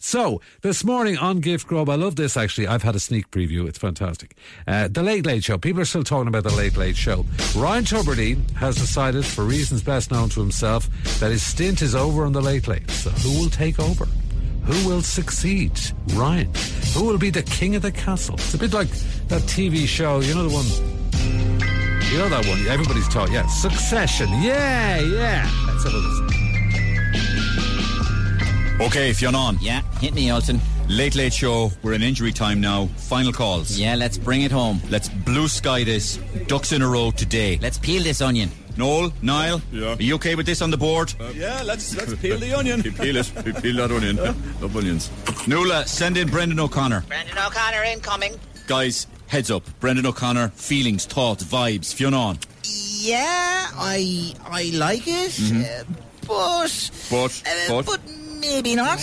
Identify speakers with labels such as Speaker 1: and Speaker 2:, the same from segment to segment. Speaker 1: So, this morning on Gift Grub, I love this actually. I've had a sneak preview. It's fantastic. Uh, the Late Late Show. People are still talking about The Late Late Show. Ryan Tuberty has decided, for reasons best known to himself, that his stint is over on The Late Late. So, who will take over? Who will succeed Ryan? Who will be the king of the castle? It's a bit like that TV show, you know the one you know that one. Everybody's taught. Yeah, Succession. Yeah, yeah. Let's have a listen.
Speaker 2: Okay, if you're on.
Speaker 3: Yeah, hit me, Olsen.
Speaker 2: Late Late Show, we're in injury time now. Final calls.
Speaker 3: Yeah, let's bring it home.
Speaker 2: Let's blue sky this. Ducks in a row today.
Speaker 3: Let's peel this onion.
Speaker 2: Noel, Niall,
Speaker 4: Yeah. Uh,
Speaker 2: are you okay with this on the board?
Speaker 4: Yeah, let's let's peel the onion.
Speaker 2: peel it. peel that onion. Love onions. Nuala, send in Brendan O'Connor.
Speaker 5: Brendan O'Connor incoming.
Speaker 2: Guys, heads up. Brendan O'Connor, feelings, thoughts, vibes. If you're on.
Speaker 6: Yeah, I I like it, uh, but
Speaker 2: Mm-hmm. But,
Speaker 6: uh,
Speaker 2: but-
Speaker 6: but maybe not.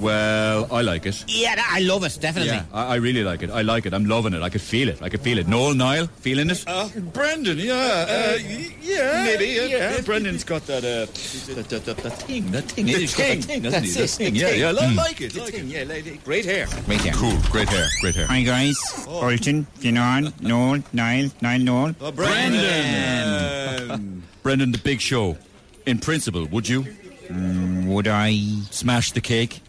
Speaker 2: Well, I like it.
Speaker 6: Yeah, I love it definitely.
Speaker 2: Yeah, I, I really like it. I like it. I'm loving it. I could feel it. I could feel it. Noel, Niall, feeling it?
Speaker 4: Uh, Brendan, yeah, uh, y- yeah,
Speaker 2: Maybe, uh, yeah.
Speaker 4: Brendan's got that, uh, that, that, that, that thing, that thing.
Speaker 2: The
Speaker 4: He's got
Speaker 2: thing.
Speaker 4: that thing, doesn't he? That
Speaker 2: That's it,
Speaker 4: thing,
Speaker 2: the
Speaker 4: yeah,
Speaker 2: thing.
Speaker 4: yeah, li-
Speaker 2: Mm.
Speaker 4: like it, like it. Yeah, like, great hair.
Speaker 3: Right here.
Speaker 2: Cool. Great hair. Great hair.
Speaker 3: Hi, guys. Olsen, Fionn, Noel, Niall, Niall, Noel.
Speaker 4: Uh,
Speaker 2: Brendan. Brendan, the big show. In principle, would you
Speaker 3: Would I
Speaker 2: smash the cake?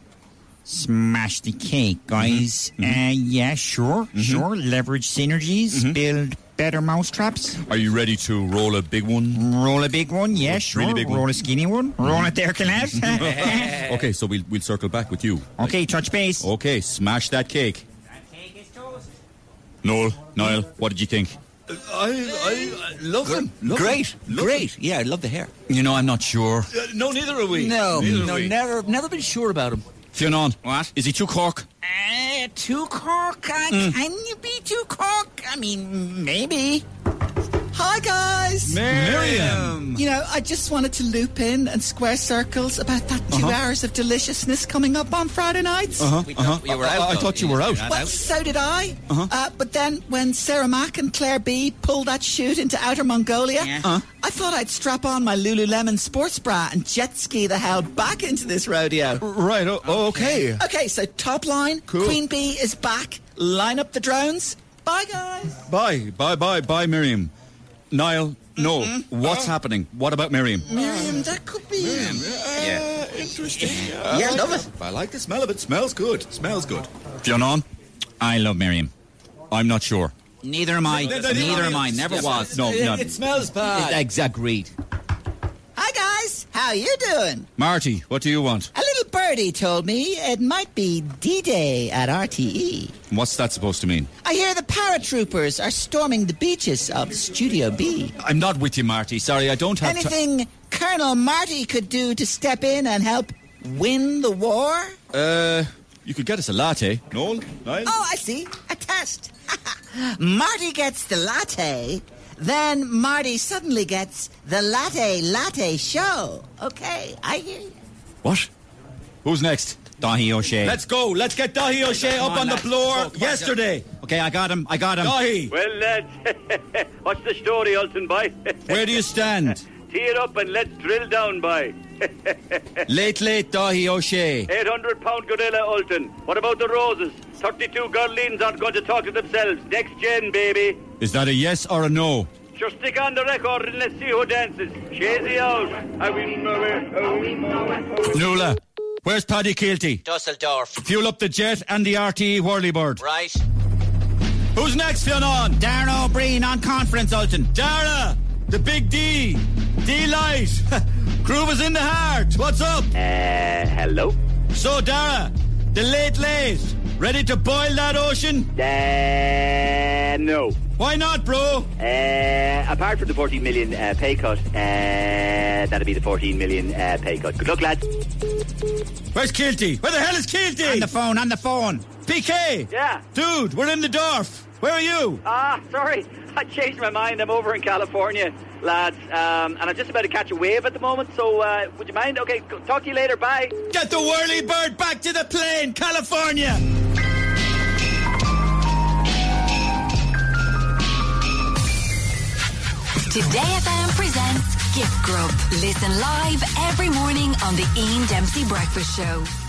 Speaker 3: smash the cake, guys?
Speaker 2: Mm-hmm.
Speaker 3: Uh, yeah, sure, sure. Leverage synergies,
Speaker 2: Mm-hmm.
Speaker 3: build better mousetraps,
Speaker 2: Are you ready to roll a big one?
Speaker 3: roll a big one, yeah, sure.
Speaker 2: really big one. Mm-hmm.
Speaker 3: roll a skinny one, roll it there, can
Speaker 7: Eh.
Speaker 3: I?
Speaker 2: Okay, so we'll we'll circle back with you.
Speaker 3: Okay, touch base.
Speaker 2: Okay, smash that cake. Noel, Niall, what did you think?
Speaker 4: I, I, I love them. Love
Speaker 7: Great,
Speaker 4: them. Love
Speaker 7: great. Yeah, I love the hair.
Speaker 2: You know, I'm not sure.
Speaker 4: them. Uh, no, neither are we.
Speaker 7: No,
Speaker 4: neither
Speaker 7: no,
Speaker 4: are we.
Speaker 7: never, never been sure about him.
Speaker 2: Fionn, what is he too cork?
Speaker 3: Uh, two cork? Uh, Can you be two cork? I mean, maybe.
Speaker 6: Hi guys. You know, I just wanted to loop in and square circles about that 2 hours of deliciousness coming up on Friday nights.
Speaker 7: We thought you were out.
Speaker 2: I
Speaker 7: though.
Speaker 2: thought you
Speaker 7: Yeah,
Speaker 2: were out.
Speaker 7: you're not
Speaker 6: Well, so did I. uh but then when Sarah Mack and Claire B pulled that shoot into outer Mongolia,
Speaker 3: Yeah. Uh-huh.
Speaker 6: I thought I'd strap on my Lululemon sports bra and jet ski the hell back into this rodeo.
Speaker 2: Right. Oh, okay.
Speaker 6: Okay, so top line, Queen Bee is back. Line up the drones. Bye, guys.
Speaker 2: Bye, bye, bye, bye, Miriam. Niall, no. What's happening? What about Miriam?
Speaker 6: Miriam, that could be.
Speaker 4: Yeah. Interesting. Yeah,
Speaker 6: Yeah,
Speaker 4: I
Speaker 6: love
Speaker 4: it. I like the smell of it. Smells good. Smells good.
Speaker 2: Fionn, I love Miriam. I'm not sure.
Speaker 3: Neither am I. Neither am I. Never was.
Speaker 2: No, not.
Speaker 4: smells bad.
Speaker 7: Agreed.
Speaker 6: Hi, guys. How you doing?
Speaker 2: Marty, what do you want?
Speaker 6: A little birdie told me it might be D-Day at RTE.
Speaker 2: What's that supposed to mean?
Speaker 6: I hear the paratroopers are storming the beaches of Studio B.
Speaker 2: I'm not with you, Marty. Sorry, I don't have ti-
Speaker 6: Anything Colonel Marty could do to step in and help win the war?
Speaker 2: Uh, You could get us a latte.
Speaker 4: Noel, Niall.
Speaker 6: Oh, I see. A test. Marty gets the latte, then Marty suddenly gets the latte latte show. Okay, I hear you.
Speaker 2: What? Who's next?
Speaker 3: Dahi O'Shea.
Speaker 2: Let's go. Let's get Dahi O'Shea up
Speaker 3: Come on,
Speaker 2: on, the
Speaker 3: lads.
Speaker 2: floor
Speaker 3: Let's go. Come on,
Speaker 2: yesterday.
Speaker 3: okay, I got him. I got him.
Speaker 2: Dahi,
Speaker 8: Well, lads, what's the story, Olsen, boy?
Speaker 2: where do you stand?
Speaker 8: Tee it up and let's drill down, boy.
Speaker 2: late, late Dahi O'Shea.
Speaker 8: 800 pound gorilla, Olsen. What about the roses? 32 girlings aren't going to talk to themselves. Next gen, baby.
Speaker 2: Is that a yes or a no?
Speaker 8: Sure, stick on the record and let's see who dances. Shazy out. I win my way. I win my way.
Speaker 2: Nula, where's Paddy Keelty?
Speaker 7: Dusseldorf.
Speaker 2: Fuel up the jet and the RTE whirlybird.
Speaker 7: Right.
Speaker 2: Who's next, Fionn?
Speaker 3: Darren O'Brien on conference, Olsen.
Speaker 2: Dara, the big D, D Light. Groove is in the heart. What's up?
Speaker 8: Uh, hello?
Speaker 2: So, Dara, the late late, ready to boil that ocean?
Speaker 8: Uh, no.
Speaker 2: Why not, bro?
Speaker 8: Uh, apart from the 14 million uh, pay cut, uh, that'll be the 14 million uh, pay cut. Good luck, lads.
Speaker 2: Where's Kilty? Where the hell is Kilty?
Speaker 3: On the phone. On the phone.
Speaker 2: PK!
Speaker 8: Yeah.
Speaker 2: Dude, we're in the Dorf. Where are you?
Speaker 8: Ah, sorry. I changed my mind. I'm over in California, lads. Um, and I'm just about to catch a wave at the moment, so uh, would you mind? Okay, go- talk to you later. Bye.
Speaker 2: Get the whirly bird back to the plane, California!
Speaker 9: Today FM presents Gift Grub. Listen live every morning on the Ian Dempsey Breakfast Show.